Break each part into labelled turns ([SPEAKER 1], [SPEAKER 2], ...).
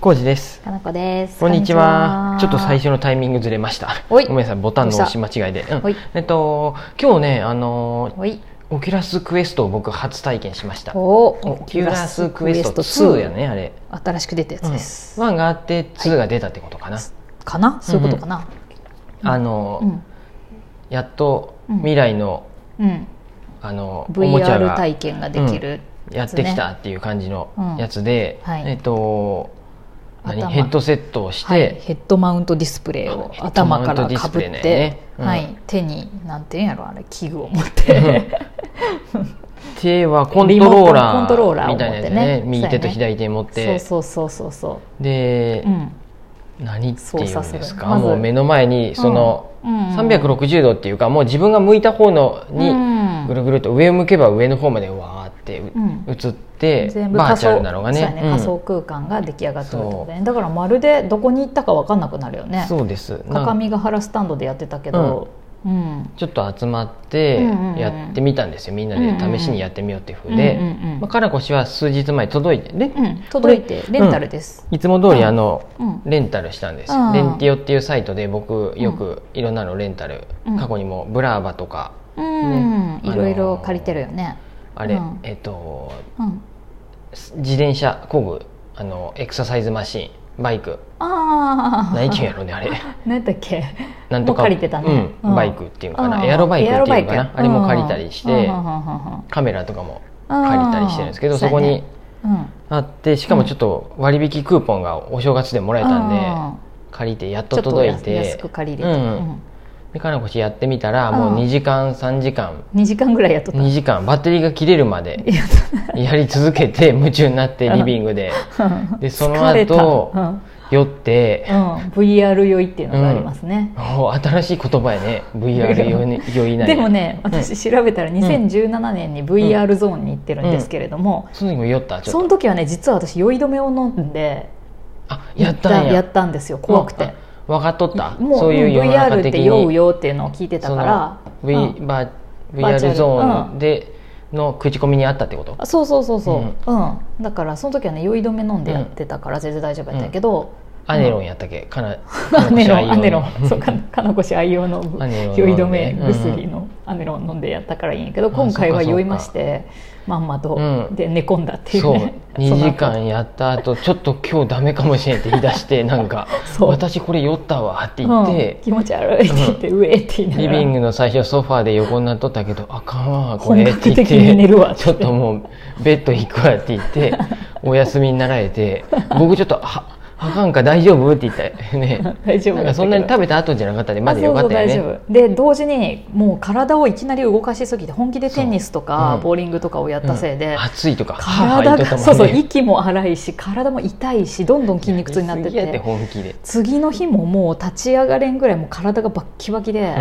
[SPEAKER 1] コウジです。
[SPEAKER 2] かなこです。
[SPEAKER 1] こんにちは。ちょっと最
[SPEAKER 2] 初。
[SPEAKER 1] 初のタイミングずれました。ご
[SPEAKER 2] おい
[SPEAKER 1] めんなさい、ボタンの押し間違いで。うん
[SPEAKER 2] おい
[SPEAKER 1] えっと、今日ね、あのー、
[SPEAKER 2] おい。
[SPEAKER 1] オキュラスクエストを僕初体験しました。オ
[SPEAKER 2] おー
[SPEAKER 1] キュラスクエスト2や。ね、あれ。
[SPEAKER 2] 新しく出たや
[SPEAKER 1] う
[SPEAKER 2] つ
[SPEAKER 1] ん、
[SPEAKER 2] です。
[SPEAKER 1] 1があって2が出たってことかな。
[SPEAKER 2] かなそういうことかな。
[SPEAKER 1] あのー、
[SPEAKER 2] うん。
[SPEAKER 1] やっと
[SPEAKER 2] うん
[SPEAKER 1] 未来の、
[SPEAKER 2] うん。
[SPEAKER 1] あのー、おもちゃ
[SPEAKER 2] VR
[SPEAKER 1] が
[SPEAKER 2] 体験ができる。
[SPEAKER 1] やってきたっていう感じのやつで、
[SPEAKER 2] うんはい
[SPEAKER 1] えっと、何
[SPEAKER 2] 頭
[SPEAKER 1] ヘッドセットをして、
[SPEAKER 2] はい。ヘッドマウントディスプレイを
[SPEAKER 1] あ
[SPEAKER 2] 頭か
[SPEAKER 1] ヘッドマウント
[SPEAKER 2] ら
[SPEAKER 1] ディ
[SPEAKER 2] か
[SPEAKER 1] ス
[SPEAKER 2] ぶ
[SPEAKER 1] プ
[SPEAKER 2] っ
[SPEAKER 1] レイね
[SPEAKER 2] て、
[SPEAKER 1] うん
[SPEAKER 2] はい。手になんていうんやろあれ器具を持って。
[SPEAKER 1] 手はコントローラー
[SPEAKER 2] リモコンコントローラー
[SPEAKER 1] み
[SPEAKER 2] を持って
[SPEAKER 1] た
[SPEAKER 2] ね
[SPEAKER 1] いなやつね
[SPEAKER 2] そうやね
[SPEAKER 1] 右手と左手持っ
[SPEAKER 2] そう
[SPEAKER 1] て
[SPEAKER 2] そうそうそうそ
[SPEAKER 1] で、
[SPEAKER 2] う。うん。
[SPEAKER 1] 何っていうん
[SPEAKER 2] 操作す
[SPEAKER 1] で
[SPEAKER 2] る
[SPEAKER 1] すか
[SPEAKER 2] まず
[SPEAKER 1] もう目の前にその、
[SPEAKER 2] うん
[SPEAKER 1] 360度っていうかもう自分が向いた方のに
[SPEAKER 2] うん
[SPEAKER 1] ぐるぐると上を向けば上の方までわーってう
[SPEAKER 2] うん
[SPEAKER 1] 映って、
[SPEAKER 2] 全部
[SPEAKER 1] バー
[SPEAKER 2] 仮
[SPEAKER 1] チャ
[SPEAKER 2] 想
[SPEAKER 1] ルなのが
[SPEAKER 2] そうや
[SPEAKER 1] ねう
[SPEAKER 2] ね
[SPEAKER 1] ん
[SPEAKER 2] 仮想空間が出来上がってるってことねだからまるでどこに行ったか分かんなくなるよね
[SPEAKER 1] そうですなん
[SPEAKER 2] 各
[SPEAKER 1] か
[SPEAKER 2] 務原スタンドでやってたけど、うん
[SPEAKER 1] ちょっと集まって
[SPEAKER 2] うんうんうん
[SPEAKER 1] やってみたんですよ、みんなで試しにやってみようっていうふうで、
[SPEAKER 2] うんうんうん
[SPEAKER 1] まあ、かなこ氏は数日前届いてね、
[SPEAKER 2] うん、届いて
[SPEAKER 1] これ
[SPEAKER 2] レンタルです、
[SPEAKER 1] いつも通りあの、
[SPEAKER 2] うん
[SPEAKER 1] レンタルしたんですよ、
[SPEAKER 2] うん
[SPEAKER 1] レンティオっていうサイトで僕よくいろんなのレンタル、
[SPEAKER 2] うん
[SPEAKER 1] 過去にもブラーバとか
[SPEAKER 2] うん
[SPEAKER 1] ね
[SPEAKER 2] いろいろ借りてるよね、
[SPEAKER 1] あれ、
[SPEAKER 2] うん
[SPEAKER 1] えっと
[SPEAKER 2] うん、
[SPEAKER 1] 自転車工具あのエクササイズマシンバイク
[SPEAKER 2] ああ
[SPEAKER 1] 何ていうんやろねあれ
[SPEAKER 2] 何だっけ
[SPEAKER 1] なんとか
[SPEAKER 2] もう借りてたね
[SPEAKER 1] うん
[SPEAKER 2] うん
[SPEAKER 1] バイクっていうのかな、
[SPEAKER 2] うん
[SPEAKER 1] エアロバイクっていうのか
[SPEAKER 2] エア
[SPEAKER 1] な
[SPEAKER 2] ロバイク
[SPEAKER 1] あれも借りたりして、
[SPEAKER 2] うんうんうんうんうん
[SPEAKER 1] カメラとかも借りたりしてるんですけど、そこに
[SPEAKER 2] うんうん
[SPEAKER 1] あってしかもちょっと割引クーポンがお正月でもらえたんで、借りてやっ
[SPEAKER 2] ち
[SPEAKER 1] と
[SPEAKER 2] ょっと
[SPEAKER 1] 届い
[SPEAKER 2] 安
[SPEAKER 1] て
[SPEAKER 2] 安く借りれ
[SPEAKER 1] う
[SPEAKER 2] て、うんん
[SPEAKER 1] でかなこ氏やってみたらもう2時間3時間
[SPEAKER 2] 2時間ぐらいやっとった
[SPEAKER 1] 2時間バッテリーが切れるまで
[SPEAKER 2] いや
[SPEAKER 1] やり続けて夢中になってリビングで でその
[SPEAKER 2] 疲れた
[SPEAKER 1] 後
[SPEAKER 2] うんうん、
[SPEAKER 1] 酔って、
[SPEAKER 2] VR 酔いっていうのがありますね、
[SPEAKER 1] もう新しい言葉やね VR 酔い酔いなり
[SPEAKER 2] でもね私調べたら2017年に VR ゾーンに行ってるんですけれども、
[SPEAKER 1] その時も酔ったち
[SPEAKER 2] そ
[SPEAKER 1] ょっ
[SPEAKER 2] の
[SPEAKER 1] と
[SPEAKER 2] 時はね実は私酔い止めを飲んで
[SPEAKER 1] あやったんや
[SPEAKER 2] やったんですよ怖くて
[SPEAKER 1] 分かっとった
[SPEAKER 2] もう
[SPEAKER 1] そういう世の中
[SPEAKER 2] VR っ
[SPEAKER 1] 的
[SPEAKER 2] て
[SPEAKER 1] に
[SPEAKER 2] 酔うよっていうのを聞いてた
[SPEAKER 1] そ
[SPEAKER 2] か
[SPEAKER 1] の
[SPEAKER 2] ら
[SPEAKER 1] V
[SPEAKER 2] うん
[SPEAKER 1] バ
[SPEAKER 2] バーチ
[SPEAKER 1] VR
[SPEAKER 2] ャル
[SPEAKER 1] ゾーンでの口コミにあったってこと
[SPEAKER 2] あそうそうそうそう、うんだからその時はね酔い止め飲んでやってたから全然大丈夫やったけど、
[SPEAKER 1] アネロンやったっけかな
[SPEAKER 2] アネロンアネロ
[SPEAKER 1] かなこ氏愛用
[SPEAKER 2] ン
[SPEAKER 1] の
[SPEAKER 2] そうかかなこ氏愛
[SPEAKER 1] アネロン飲ん
[SPEAKER 2] 用の
[SPEAKER 1] で
[SPEAKER 2] 酔い止め薬のアネロン飲んでやったからいいんやけど
[SPEAKER 1] あ
[SPEAKER 2] 今回は
[SPEAKER 1] そうかそうか
[SPEAKER 2] 酔いましてまんまと、
[SPEAKER 1] うん
[SPEAKER 2] で寝込んだっていう
[SPEAKER 1] そう
[SPEAKER 2] ね
[SPEAKER 1] 2
[SPEAKER 2] の後
[SPEAKER 1] 時間やった後ちょっと今日ダメかもしれんって言い出してなんか「
[SPEAKER 2] そう
[SPEAKER 1] 私これ酔ったわ」って言っ
[SPEAKER 2] うん
[SPEAKER 1] て、
[SPEAKER 2] 気持ち悪いって言って、うえって言いなが
[SPEAKER 1] リ
[SPEAKER 2] ら
[SPEAKER 1] ビングの最初ソファーで横になっとったけど「あかんわこ
[SPEAKER 2] 本
[SPEAKER 1] れ」って言
[SPEAKER 2] 格
[SPEAKER 1] っ
[SPEAKER 2] 的に寝
[SPEAKER 1] て
[SPEAKER 2] るわ
[SPEAKER 1] ちょっともうベッド行くわって言 ってお休みになられて僕ちょっと「はあかんか大丈夫?」って言ったよね
[SPEAKER 2] 大丈夫
[SPEAKER 1] な
[SPEAKER 2] だ
[SPEAKER 1] ん
[SPEAKER 2] ったけど
[SPEAKER 1] かそんなに食べた後じゃなかったでまだよかったよ
[SPEAKER 2] あそう
[SPEAKER 1] ね
[SPEAKER 2] そう大丈夫で同時にもう体をいきなり動かしすぎて本気でテニスとか、
[SPEAKER 1] そううん
[SPEAKER 2] ボーリングとかをやったせいで、
[SPEAKER 1] うん暑いとか母言
[SPEAKER 2] 体
[SPEAKER 1] っとっ
[SPEAKER 2] が、
[SPEAKER 1] たもんね
[SPEAKER 2] そうそう息も荒いし体も痛いしどんどん筋肉痛になって
[SPEAKER 1] やりすぎやって
[SPEAKER 2] て
[SPEAKER 1] 本気で
[SPEAKER 2] 次の日ももう立ち上がれんぐらいもう体がバッキバ キで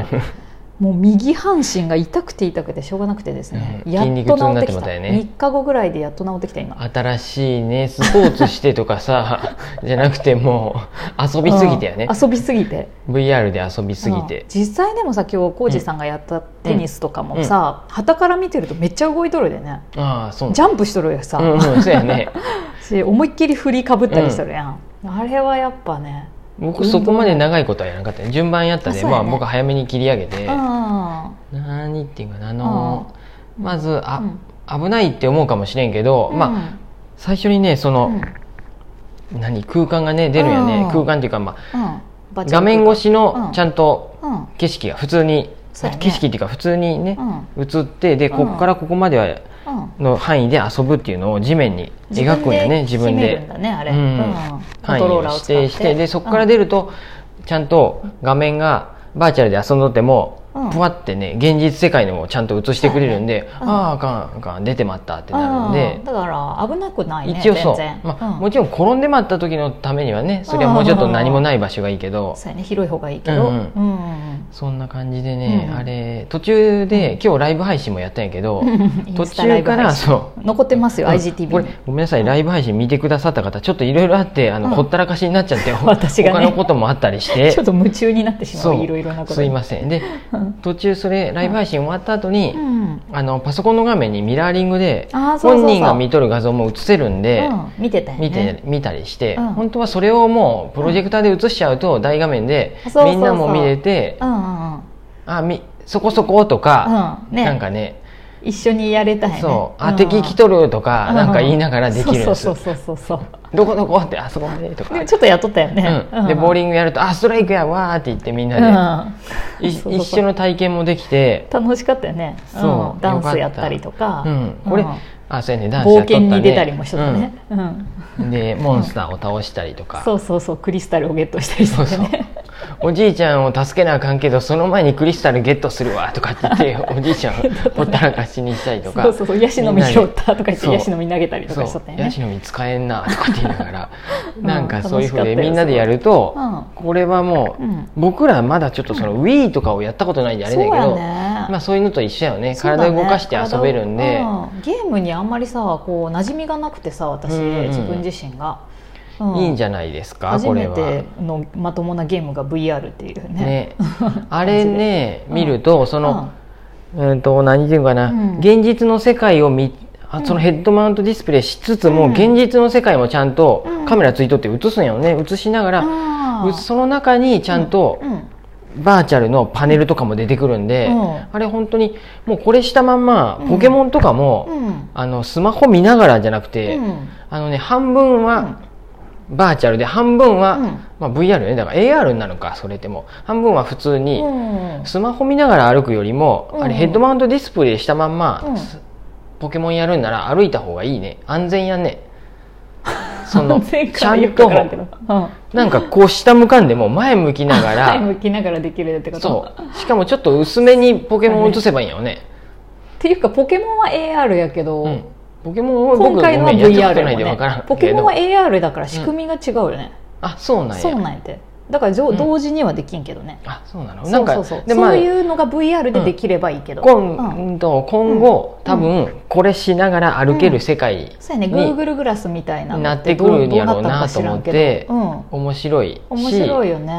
[SPEAKER 2] もう右半身が痛くて痛くてしょうがなくてですね、
[SPEAKER 1] うん
[SPEAKER 2] やっと治って
[SPEAKER 1] 筋肉痛になって
[SPEAKER 2] き
[SPEAKER 1] も
[SPEAKER 2] た
[SPEAKER 1] たよね
[SPEAKER 2] 3日後ぐらいでやっと治ってきた今
[SPEAKER 1] 新しいねスポーツしてとかさ じゃなくてもう遊びすぎてよね
[SPEAKER 2] うん遊びすぎて
[SPEAKER 1] VR で遊びすぎ
[SPEAKER 2] う
[SPEAKER 1] て
[SPEAKER 2] ん、実際でもさ今日浩二さんがやったテニスとかもさはた、から見てるとめっちゃ動いとるでね
[SPEAKER 1] ああそう
[SPEAKER 2] ジャンプしとるやさ、
[SPEAKER 1] うんうんそうやね
[SPEAKER 2] し思いっきり振りかぶったりするやん、あれはやっぱね
[SPEAKER 1] 僕そこまで長いことはやらなかったね順番やった
[SPEAKER 2] あ
[SPEAKER 1] で、
[SPEAKER 2] そうや
[SPEAKER 1] ま
[SPEAKER 2] ね
[SPEAKER 1] あ僕早めに切り上げて、
[SPEAKER 2] うん
[SPEAKER 1] 何っていうかなあのーまずあ、
[SPEAKER 2] うん
[SPEAKER 1] 危ないって思うかもしれんけど、まあ最初にねその、何空間がね出るよね、
[SPEAKER 2] うん
[SPEAKER 1] 空間っていうか、ま
[SPEAKER 2] うん
[SPEAKER 1] あ、画面越し
[SPEAKER 2] う
[SPEAKER 1] の
[SPEAKER 2] ん
[SPEAKER 1] ちゃんと
[SPEAKER 2] うんうん
[SPEAKER 1] 景色が普通に、
[SPEAKER 2] そうやね
[SPEAKER 1] 景色っていうか普通にね、映ってで
[SPEAKER 2] うん
[SPEAKER 1] こっからここまでは
[SPEAKER 2] うん
[SPEAKER 1] の範囲で遊ぶっていうのを地面に描くんやね自分
[SPEAKER 2] 決めるん
[SPEAKER 1] で
[SPEAKER 2] だねあれ、
[SPEAKER 1] う
[SPEAKER 2] うんんコン
[SPEAKER 1] 範囲
[SPEAKER 2] トロ
[SPEAKER 1] を
[SPEAKER 2] ーラーを
[SPEAKER 1] 指
[SPEAKER 2] 使って
[SPEAKER 1] 定してでそこから出るとちゃんと画面がバーチャルで遊んどっても
[SPEAKER 2] うん
[SPEAKER 1] ぷわってね現実世界のをちゃんと映してくれるんで
[SPEAKER 2] うん
[SPEAKER 1] あああかんあかん出てまったって
[SPEAKER 2] うん
[SPEAKER 1] なるん
[SPEAKER 2] う
[SPEAKER 1] で
[SPEAKER 2] んだから危なくないね
[SPEAKER 1] 一応そう
[SPEAKER 2] 全然、
[SPEAKER 1] まあ
[SPEAKER 2] うん
[SPEAKER 1] もちろん転んでまった時のためにはねそれはもうちょっと何もない場所がいいけど
[SPEAKER 2] そうやね広い方がいいけど、
[SPEAKER 1] うん
[SPEAKER 2] うんうんうん
[SPEAKER 1] そんな感じでね、
[SPEAKER 2] うん
[SPEAKER 1] あれ途中で今日ライブ配信もやったんやけど、 途中から
[SPEAKER 2] そ
[SPEAKER 1] そう
[SPEAKER 2] 残ってますよ、IGTV
[SPEAKER 1] これごめんなさいライブ配信見てくださった方ちょっといろいろあってあの、
[SPEAKER 2] うん
[SPEAKER 1] ほったらかしになっちゃって
[SPEAKER 2] 私がね
[SPEAKER 1] 他のこともあったり して
[SPEAKER 2] ちょっと夢中になってしま
[SPEAKER 1] そう
[SPEAKER 2] ういろいろなこと
[SPEAKER 1] すいませんで
[SPEAKER 2] うん
[SPEAKER 1] 途中それライブ配信終わった後に、
[SPEAKER 2] うん
[SPEAKER 1] あのパソコンの画面にミラーリングで
[SPEAKER 2] あーそうそうそう
[SPEAKER 1] 本人が見とる画像も映せるんで
[SPEAKER 2] うん見てたよね
[SPEAKER 1] 見て見たりして、
[SPEAKER 2] うん
[SPEAKER 1] 本当はそれをもうプロジェクターで映しちゃうと大画面で
[SPEAKER 2] そうそうそう
[SPEAKER 1] みんなも見れて
[SPEAKER 2] うんうんうん
[SPEAKER 1] あみそこそことか、
[SPEAKER 2] うんね
[SPEAKER 1] なんかね
[SPEAKER 2] 一緒にやれたいね
[SPEAKER 1] そう、
[SPEAKER 2] ん
[SPEAKER 1] あ敵来とるとか、なんか言いながらできるん
[SPEAKER 2] そ
[SPEAKER 1] で
[SPEAKER 2] う
[SPEAKER 1] す
[SPEAKER 2] そうそうそうそう
[SPEAKER 1] どこどこってあそこまでとか
[SPEAKER 2] でも、ちょっとやっとったよね、
[SPEAKER 1] うん、でボー
[SPEAKER 2] リ
[SPEAKER 1] リングやるとあストライクやわーって言ってみん
[SPEAKER 2] ン
[SPEAKER 1] なで、い
[SPEAKER 2] そうそうそう
[SPEAKER 1] 一緒の体験もできて、
[SPEAKER 2] 楽しかったよねん
[SPEAKER 1] そう
[SPEAKER 2] ダンスやったりとか
[SPEAKER 1] うん、これ、
[SPEAKER 2] うん
[SPEAKER 1] あそうやねダンス
[SPEAKER 2] 冒
[SPEAKER 1] やっとった
[SPEAKER 2] 険
[SPEAKER 1] ね
[SPEAKER 2] に出たりもしとったね、うん
[SPEAKER 1] うんでモンスターを倒したりとか、
[SPEAKER 2] そうそうそうクリスタルをゲットしたりし
[SPEAKER 1] そ
[SPEAKER 2] て
[SPEAKER 1] うそ う
[SPEAKER 2] ね
[SPEAKER 1] おじいちゃんを助けなあかんけどその前にクリスタルゲットするわとかって言っておじいちゃんをほったらかしにしたりとか
[SPEAKER 2] そうそうそうヤシの
[SPEAKER 1] み
[SPEAKER 2] 実
[SPEAKER 1] んな
[SPEAKER 2] 拾
[SPEAKER 1] で
[SPEAKER 2] ったとか言って
[SPEAKER 1] そう
[SPEAKER 2] ヤシの実投げたりと
[SPEAKER 1] そ
[SPEAKER 2] かしとった
[SPEAKER 1] う
[SPEAKER 2] よ
[SPEAKER 1] ヤ
[SPEAKER 2] ね
[SPEAKER 1] シの実使えんなとかって言いながら、
[SPEAKER 2] うん
[SPEAKER 1] なんかそういうふう
[SPEAKER 2] 楽しか
[SPEAKER 1] で
[SPEAKER 2] ったよ
[SPEAKER 1] みんなでやると、
[SPEAKER 2] うん
[SPEAKER 1] これはもう、
[SPEAKER 2] うん
[SPEAKER 1] 僕らまだちょっとその Wii とかをやったことないんであれだけど、
[SPEAKER 2] そうやね
[SPEAKER 1] まあ、そういうのと一緒やよね
[SPEAKER 2] そうだ
[SPEAKER 1] 体
[SPEAKER 2] ね
[SPEAKER 1] を動かして遊べるんで、
[SPEAKER 2] 体をうんゲームにあんまりさこう馴染みがなくてさ私、
[SPEAKER 1] うんうん
[SPEAKER 2] 自分自身が、
[SPEAKER 1] いいんじ
[SPEAKER 2] ゃ
[SPEAKER 1] ゃないですか
[SPEAKER 2] 初
[SPEAKER 1] これ
[SPEAKER 2] め
[SPEAKER 1] は。
[SPEAKER 2] てのまともなゲームが VR っていうね
[SPEAKER 1] ね、あれね、見るとそ
[SPEAKER 2] そ
[SPEAKER 1] の、うんと何ていうかな、
[SPEAKER 2] うん
[SPEAKER 1] 現実の世界を見あそのヘッドマウントディスプレイしつつも、
[SPEAKER 2] うん
[SPEAKER 1] 現実の世界もちゃんと
[SPEAKER 2] うん
[SPEAKER 1] カメラついとって映すんやよね映しながら、うその中にちゃんとバーチャルのパネルとかも出てくるんで、
[SPEAKER 2] うん
[SPEAKER 1] あれ本当にもうこれしたまんま
[SPEAKER 2] うん
[SPEAKER 1] ポケモンとかも、あのスマホ見ながらじゃなくて、あのね半分はバーチャルで半分は、
[SPEAKER 2] うん
[SPEAKER 1] まあ、VR ねだから AR になるのかそれでも半分は普通に、スマホ見ながら歩くよりも、
[SPEAKER 2] うん
[SPEAKER 1] あれヘッドマウントディスプレイしたまんま、
[SPEAKER 2] うん
[SPEAKER 1] すポケモンやるんなら歩いた方がいいね安全や ねそのち
[SPEAKER 2] ち
[SPEAKER 1] ゃ
[SPEAKER 2] ゃ
[SPEAKER 1] ん
[SPEAKER 2] ん
[SPEAKER 1] と
[SPEAKER 2] と
[SPEAKER 1] なんかこう下向かんでも前向きなが
[SPEAKER 2] 前
[SPEAKER 1] ら
[SPEAKER 2] 向きながらできるってこと
[SPEAKER 1] そうしかもちょっと薄めにポケモンを映せばいいんやよね、
[SPEAKER 2] っていうかポケモンは AR やけど、
[SPEAKER 1] うん、ポケモンを僕
[SPEAKER 2] 今回のは
[SPEAKER 1] ごめんやったこと
[SPEAKER 2] VR
[SPEAKER 1] な
[SPEAKER 2] や
[SPEAKER 1] いで
[SPEAKER 2] も
[SPEAKER 1] わ
[SPEAKER 2] ん
[SPEAKER 1] からん
[SPEAKER 2] ね
[SPEAKER 1] けど
[SPEAKER 2] ポケモンは AR だから仕組みが違うよね、
[SPEAKER 1] あそうなんや
[SPEAKER 2] そうなんやてだからじょ
[SPEAKER 1] うん
[SPEAKER 2] 同時にはできんけどね、
[SPEAKER 1] あそうなの
[SPEAKER 2] そ
[SPEAKER 1] なん
[SPEAKER 2] う
[SPEAKER 1] か
[SPEAKER 2] そうそう
[SPEAKER 1] でまあ
[SPEAKER 2] そういうのが VR でできればいいけど、
[SPEAKER 1] 今,、
[SPEAKER 2] うん
[SPEAKER 1] 今後、
[SPEAKER 2] うん
[SPEAKER 1] 多分これしながら歩ける世界
[SPEAKER 2] そうやね
[SPEAKER 1] に
[SPEAKER 2] Google グラスみたいなの
[SPEAKER 1] なってく
[SPEAKER 2] ど
[SPEAKER 1] るんやろう
[SPEAKER 2] ど
[SPEAKER 1] な
[SPEAKER 2] った
[SPEAKER 1] と思
[SPEAKER 2] のか
[SPEAKER 1] っ
[SPEAKER 2] 知らん
[SPEAKER 1] て
[SPEAKER 2] けどうん
[SPEAKER 1] 面白いし
[SPEAKER 2] 面白いよね、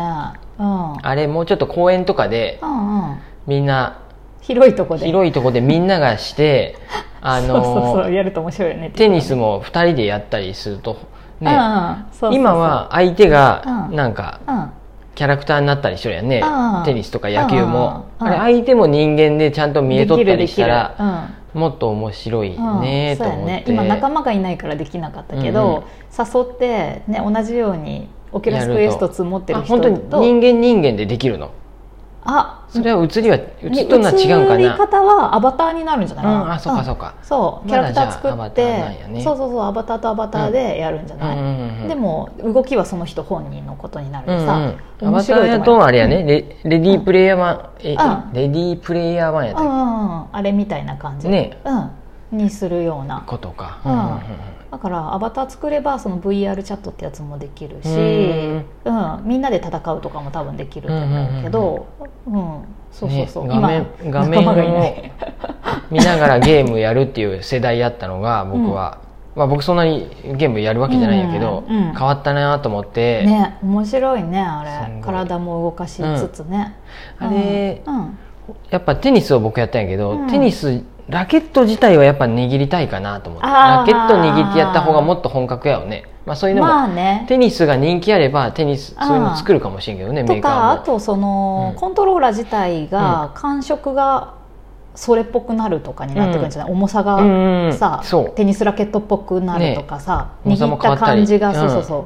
[SPEAKER 2] うん、
[SPEAKER 1] あれもうちょっと公園とかで
[SPEAKER 2] うんうん
[SPEAKER 1] みんな
[SPEAKER 2] 広いとこで
[SPEAKER 1] 広いとこでみんなが してあ
[SPEAKER 2] そうそうそう
[SPEAKER 1] の
[SPEAKER 2] やると面白いよね
[SPEAKER 1] テニスも2人でやったりすると
[SPEAKER 2] ね、うん
[SPEAKER 1] ね
[SPEAKER 2] うんそうそうそう
[SPEAKER 1] 今は相手が
[SPEAKER 2] うん
[SPEAKER 1] なんか
[SPEAKER 2] うん
[SPEAKER 1] キャラクターになったりしてるやんね
[SPEAKER 2] うん
[SPEAKER 1] テニスとか野球も
[SPEAKER 2] うん
[SPEAKER 1] あれ相手も人間でちゃんと見えとったりした
[SPEAKER 2] でき
[SPEAKER 1] ら
[SPEAKER 2] るできるうん
[SPEAKER 1] もっと面白い
[SPEAKER 2] うん
[SPEAKER 1] ねと
[SPEAKER 2] そうや
[SPEAKER 1] 思っ
[SPEAKER 2] ね
[SPEAKER 1] て
[SPEAKER 2] 今仲間がいないからできなかったけど、誘って、ね、同じようにオキュラスクエスト2持って
[SPEAKER 1] あ
[SPEAKER 2] る人
[SPEAKER 1] 本当
[SPEAKER 2] と
[SPEAKER 1] に人間人間でできるの
[SPEAKER 2] あ
[SPEAKER 1] それは映りは映っとんな
[SPEAKER 2] 映
[SPEAKER 1] 違うんか
[SPEAKER 2] り
[SPEAKER 1] な
[SPEAKER 2] 方はアバターになるんじゃないかな、
[SPEAKER 1] うんあそうかそうか
[SPEAKER 2] そうキ
[SPEAKER 1] ま
[SPEAKER 2] ャ
[SPEAKER 1] だ
[SPEAKER 2] ラクター作っ
[SPEAKER 1] じゃあア
[SPEAKER 2] て
[SPEAKER 1] バターなんや、ね
[SPEAKER 2] そうそうそうアバターとアバターでやるんじゃない、
[SPEAKER 1] うんうんうんうん
[SPEAKER 2] でも動きはその人本人のことになる
[SPEAKER 1] う
[SPEAKER 2] で
[SPEAKER 1] ん
[SPEAKER 2] さ、
[SPEAKER 1] うん、ア
[SPEAKER 2] 面
[SPEAKER 1] バタ
[SPEAKER 2] 白
[SPEAKER 1] ー
[SPEAKER 2] い
[SPEAKER 1] や
[SPEAKER 2] と思う
[SPEAKER 1] とあれやね、レレディープレイヤーワン、え
[SPEAKER 2] うん
[SPEAKER 1] レディープレイヤーワンやった
[SPEAKER 2] う
[SPEAKER 1] っ
[SPEAKER 2] んうんうんあれみたいな感じ、
[SPEAKER 1] ね
[SPEAKER 2] うん、にするような
[SPEAKER 1] けことか、
[SPEAKER 2] うん
[SPEAKER 1] う
[SPEAKER 2] だからアバター作ればその VR チャットってやつもできるし、
[SPEAKER 1] う
[SPEAKER 2] うん
[SPEAKER 1] ん
[SPEAKER 2] みんなで戦うとかも多分できると思うけど、うんそうそうそう、
[SPEAKER 1] ね画面
[SPEAKER 2] 今
[SPEAKER 1] 画面を
[SPEAKER 2] 仲間がいない
[SPEAKER 1] ん見ながらゲームやるっていう世代やったのが僕は、まあ、僕そんなにゲームやるわけじゃないんやけど、
[SPEAKER 2] うんうん
[SPEAKER 1] 変わったなと思って、
[SPEAKER 2] ね面白いねあ
[SPEAKER 1] すご
[SPEAKER 2] れ
[SPEAKER 1] い
[SPEAKER 2] 体も動かしつつね、
[SPEAKER 1] うんあれ
[SPEAKER 2] うんうん
[SPEAKER 1] やっぱテニスを僕やったんやけど、
[SPEAKER 2] うん
[SPEAKER 1] テニスラケット自体はやっぱ握りたいかなと思って
[SPEAKER 2] あ
[SPEAKER 1] ラ
[SPEAKER 2] ー
[SPEAKER 1] ケット握ってやった方がもっと本格やよね、まあ、そういうのも、
[SPEAKER 2] まあね
[SPEAKER 1] テニスが人気あればテニスそういうの作るかもしれんけどねメ
[SPEAKER 2] と
[SPEAKER 1] ーカ
[SPEAKER 2] かあ
[SPEAKER 1] ーも。
[SPEAKER 2] とその、
[SPEAKER 1] うん
[SPEAKER 2] コントローラー自体が感触がそれっぽくなるとかになってくるんじゃない、重さが、
[SPEAKER 1] うんうん
[SPEAKER 2] さ
[SPEAKER 1] そう
[SPEAKER 2] テニスラケットっぽくなるとかさ、
[SPEAKER 1] ね重さ
[SPEAKER 2] 握
[SPEAKER 1] も
[SPEAKER 2] っ
[SPEAKER 1] 変わ
[SPEAKER 2] た
[SPEAKER 1] ったり
[SPEAKER 2] 感じが、そう
[SPEAKER 1] うん
[SPEAKER 2] そうそう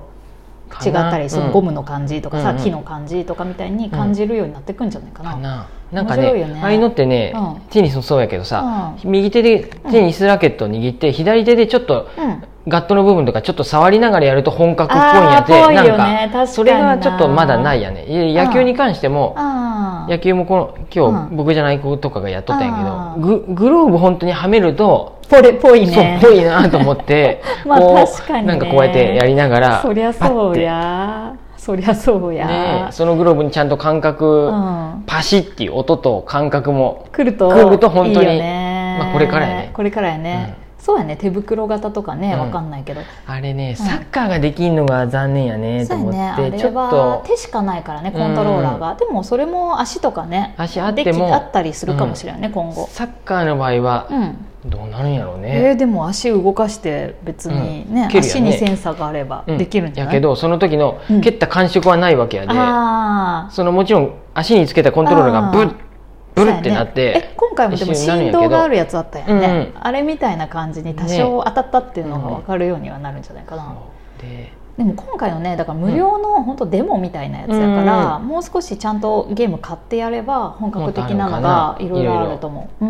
[SPEAKER 2] 違
[SPEAKER 1] か
[SPEAKER 2] っ
[SPEAKER 1] な
[SPEAKER 2] たりそのゴムの感じとかさ、
[SPEAKER 1] うんうん
[SPEAKER 2] 木の感じとかみたいに感じるようになってくんじゃないか
[SPEAKER 1] か
[SPEAKER 2] な、
[SPEAKER 1] ななんか
[SPEAKER 2] 面
[SPEAKER 1] ね
[SPEAKER 2] 白いよね
[SPEAKER 1] ああいうのってね、
[SPEAKER 2] うん
[SPEAKER 1] テニスもそうやけどさ、右手でテニスラケットを握って、左手でちょっと
[SPEAKER 2] うん
[SPEAKER 1] ガットの部分とかちょっと触りながらやると本格っぽいんやて
[SPEAKER 2] あーぽいよね確
[SPEAKER 1] な
[SPEAKER 2] か
[SPEAKER 1] ん
[SPEAKER 2] にな
[SPEAKER 1] かそれがちょっとまだないやねいや
[SPEAKER 2] うん
[SPEAKER 1] 野球に関しても、
[SPEAKER 2] あ
[SPEAKER 1] 野球もこの今
[SPEAKER 2] う
[SPEAKER 1] 日
[SPEAKER 2] ん
[SPEAKER 1] 僕じゃない子とかがやっとったんや
[SPEAKER 2] あ
[SPEAKER 1] けど、ググローブ本当にはめると
[SPEAKER 2] ぽれぽいね
[SPEAKER 1] そうっぽいなと思って
[SPEAKER 2] まあ
[SPEAKER 1] こう
[SPEAKER 2] 確かにね
[SPEAKER 1] なんかこうやってやりながら
[SPEAKER 2] そりゃそうや
[SPEAKER 1] パ
[SPEAKER 2] そりゃそうや、
[SPEAKER 1] ねえそのグローブにちゃんと感覚、
[SPEAKER 2] うん、
[SPEAKER 1] パシッっていう音と感覚も
[SPEAKER 2] 来ると
[SPEAKER 1] 来ると本当に
[SPEAKER 2] いいよね、
[SPEAKER 1] まあこれからやね
[SPEAKER 2] これからやね、そうやね手袋型とかね
[SPEAKER 1] うん
[SPEAKER 2] わかんないけど、
[SPEAKER 1] あれね、サッカーができんのが残念やねと
[SPEAKER 2] そう
[SPEAKER 1] 思
[SPEAKER 2] やね
[SPEAKER 1] っ
[SPEAKER 2] あ
[SPEAKER 1] て、
[SPEAKER 2] れ
[SPEAKER 1] ちょっ
[SPEAKER 2] は
[SPEAKER 1] と
[SPEAKER 2] 手しかないからねコントローラーが、でもそれも足とかね
[SPEAKER 1] 足あっ
[SPEAKER 2] で
[SPEAKER 1] て
[SPEAKER 2] きあ
[SPEAKER 1] も
[SPEAKER 2] ったりするかもしれないね、今後、
[SPEAKER 1] サッカーの場合は
[SPEAKER 2] うん
[SPEAKER 1] どうなるんやろう
[SPEAKER 2] えー
[SPEAKER 1] ね、
[SPEAKER 2] でも足動かして別に
[SPEAKER 1] うん
[SPEAKER 2] ね,、
[SPEAKER 1] 蹴るやん
[SPEAKER 2] 足
[SPEAKER 1] ね
[SPEAKER 2] にセンサーがあれば
[SPEAKER 1] う
[SPEAKER 2] できるんじ
[SPEAKER 1] や
[SPEAKER 2] ゃない、
[SPEAKER 1] けどその時の
[SPEAKER 2] うん
[SPEAKER 1] 蹴った感触はないわけやで、
[SPEAKER 2] ああ
[SPEAKER 1] そのもちろん足につけたコントロールがブ
[SPEAKER 2] あ
[SPEAKER 1] ッ
[SPEAKER 2] ー
[SPEAKER 1] ブルってなっ
[SPEAKER 2] そうやね
[SPEAKER 1] て
[SPEAKER 2] え今回もでも
[SPEAKER 1] 一瞬になるん
[SPEAKER 2] 振
[SPEAKER 1] やけど
[SPEAKER 2] 動があるやつあったよね、
[SPEAKER 1] うん
[SPEAKER 2] あれみたいな感じに多少当たったっていうのが分かるようにはなるんじゃないかな、
[SPEAKER 1] そうで
[SPEAKER 2] でも今回のねだから無料の本当デモみたいなやつやから、
[SPEAKER 1] う
[SPEAKER 2] もう少しちゃんとゲーム買ってやれば本格的なの
[SPEAKER 1] もっとあ
[SPEAKER 2] が
[SPEAKER 1] る
[SPEAKER 2] い
[SPEAKER 1] のかな
[SPEAKER 2] ろいろあると思う、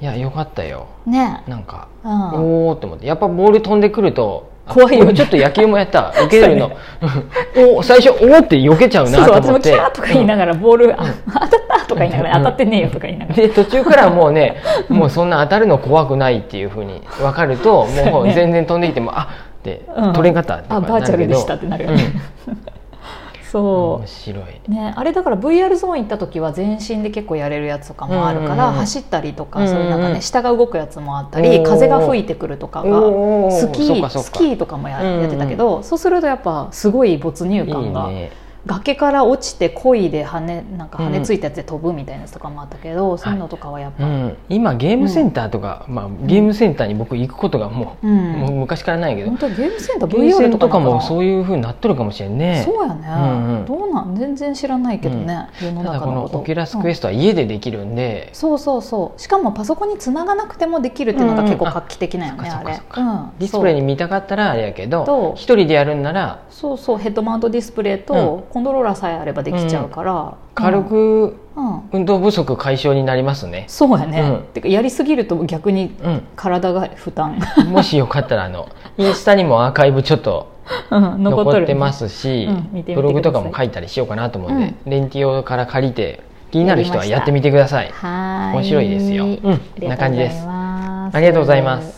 [SPEAKER 1] いやよかったよ
[SPEAKER 2] うん、ね
[SPEAKER 1] なんか、
[SPEAKER 2] うん、
[SPEAKER 1] おおと思ってやっぱボール飛んでくるとあ
[SPEAKER 2] 怖いよね
[SPEAKER 1] 俺ちょっと野球もや った受けるの、お最初おおって避けちゃう
[SPEAKER 2] そう
[SPEAKER 1] な
[SPEAKER 2] そ
[SPEAKER 1] と
[SPEAKER 2] う私
[SPEAKER 1] 思
[SPEAKER 2] も
[SPEAKER 1] っ
[SPEAKER 2] キ
[SPEAKER 1] て
[SPEAKER 2] ャーとか言いながらボール、あ当たったとか言いながら
[SPEAKER 1] うん
[SPEAKER 2] 当たってねえよとか言いながら、
[SPEAKER 1] で途中からもうねもうそんな当たるの怖くないっていうふうに分かるとも
[SPEAKER 2] そう
[SPEAKER 1] う
[SPEAKER 2] ね
[SPEAKER 1] 全然飛んできてもあって
[SPEAKER 2] うん
[SPEAKER 1] 取れんかったとかな
[SPEAKER 2] あ
[SPEAKER 1] るけど
[SPEAKER 2] バーチャルでしたってなるよね、
[SPEAKER 1] うん
[SPEAKER 2] そ
[SPEAKER 1] 面白いう
[SPEAKER 2] ねあれだから VR ゾーン行った時は全身で結構やれるやつとかもあるか
[SPEAKER 1] うんうんう
[SPEAKER 2] ら
[SPEAKER 1] ん
[SPEAKER 2] 走ったりと
[SPEAKER 1] う
[SPEAKER 2] か
[SPEAKER 1] んうん
[SPEAKER 2] そう
[SPEAKER 1] うん
[SPEAKER 2] いうなんかね下が動くやつもあった
[SPEAKER 1] お
[SPEAKER 2] り
[SPEAKER 1] ー
[SPEAKER 2] 風が吹いてくるとかが
[SPEAKER 1] おー
[SPEAKER 2] スキ
[SPEAKER 1] そう
[SPEAKER 2] ー
[SPEAKER 1] かそうか
[SPEAKER 2] スキーとかもややってたけど、そうするとやっぱすごい没入
[SPEAKER 1] いい
[SPEAKER 2] 感が
[SPEAKER 1] ね
[SPEAKER 2] 崖から落ちて恋で跳ねなんか跳
[SPEAKER 1] うん
[SPEAKER 2] ねついたやつで飛ぶみたいなやつとかもあったけど、そういうのとかはやっ
[SPEAKER 1] う
[SPEAKER 2] ぱ、
[SPEAKER 1] ん、今ゲームセンターとか、まあ、ゲームセンターに僕行くことがもう,、
[SPEAKER 2] うん
[SPEAKER 1] もう昔からないけど
[SPEAKER 2] 本当ゲームセンター
[SPEAKER 1] ゲームセ
[SPEAKER 2] VR
[SPEAKER 1] ンター
[SPEAKER 2] と
[SPEAKER 1] と
[SPEAKER 2] か
[SPEAKER 1] か
[SPEAKER 2] なの
[SPEAKER 1] も
[SPEAKER 2] かな
[SPEAKER 1] そういうふうになっとるかもしれんね
[SPEAKER 2] そうやね、
[SPEAKER 1] うんうん
[SPEAKER 2] どうなん全然知らないけどね、世の
[SPEAKER 1] ただこ
[SPEAKER 2] 中のこ
[SPEAKER 1] の
[SPEAKER 2] と
[SPEAKER 1] オキュラスクエストは家でできるんで、
[SPEAKER 2] そうそうそうしかもパソコンにつながなくてもできるっていうのが結構画期的なんよね、
[SPEAKER 1] うんうんあ
[SPEAKER 2] あれ
[SPEAKER 1] そっかそっか
[SPEAKER 2] うん
[SPEAKER 1] ディスプレイ
[SPEAKER 2] そ
[SPEAKER 1] に
[SPEAKER 2] う
[SPEAKER 1] 見たかったらあれやけ
[SPEAKER 2] そ
[SPEAKER 1] ど
[SPEAKER 2] う
[SPEAKER 1] 一人でやるんなら
[SPEAKER 2] そうそうヘッドマウントディスプレイとコントローラーさえあればできちゃうから、
[SPEAKER 1] 軽く
[SPEAKER 2] うん、うん
[SPEAKER 1] 運動不足解消になりますね、
[SPEAKER 2] そうやね、
[SPEAKER 1] うん
[SPEAKER 2] てかやりすぎると逆に
[SPEAKER 1] うん、
[SPEAKER 2] 体が負担、
[SPEAKER 1] もしよかったらあのインスタにもアーカイブちょっと
[SPEAKER 2] うん残っと
[SPEAKER 1] 残
[SPEAKER 2] る
[SPEAKER 1] ってますし、
[SPEAKER 2] うん見てみてください
[SPEAKER 1] ブログとかも書いたりしようかなと思うんで、レンティオから借りて気になる人はやってみてください
[SPEAKER 2] はーい
[SPEAKER 1] 面白いですようん
[SPEAKER 2] ありがとうございます
[SPEAKER 1] ありがとうございます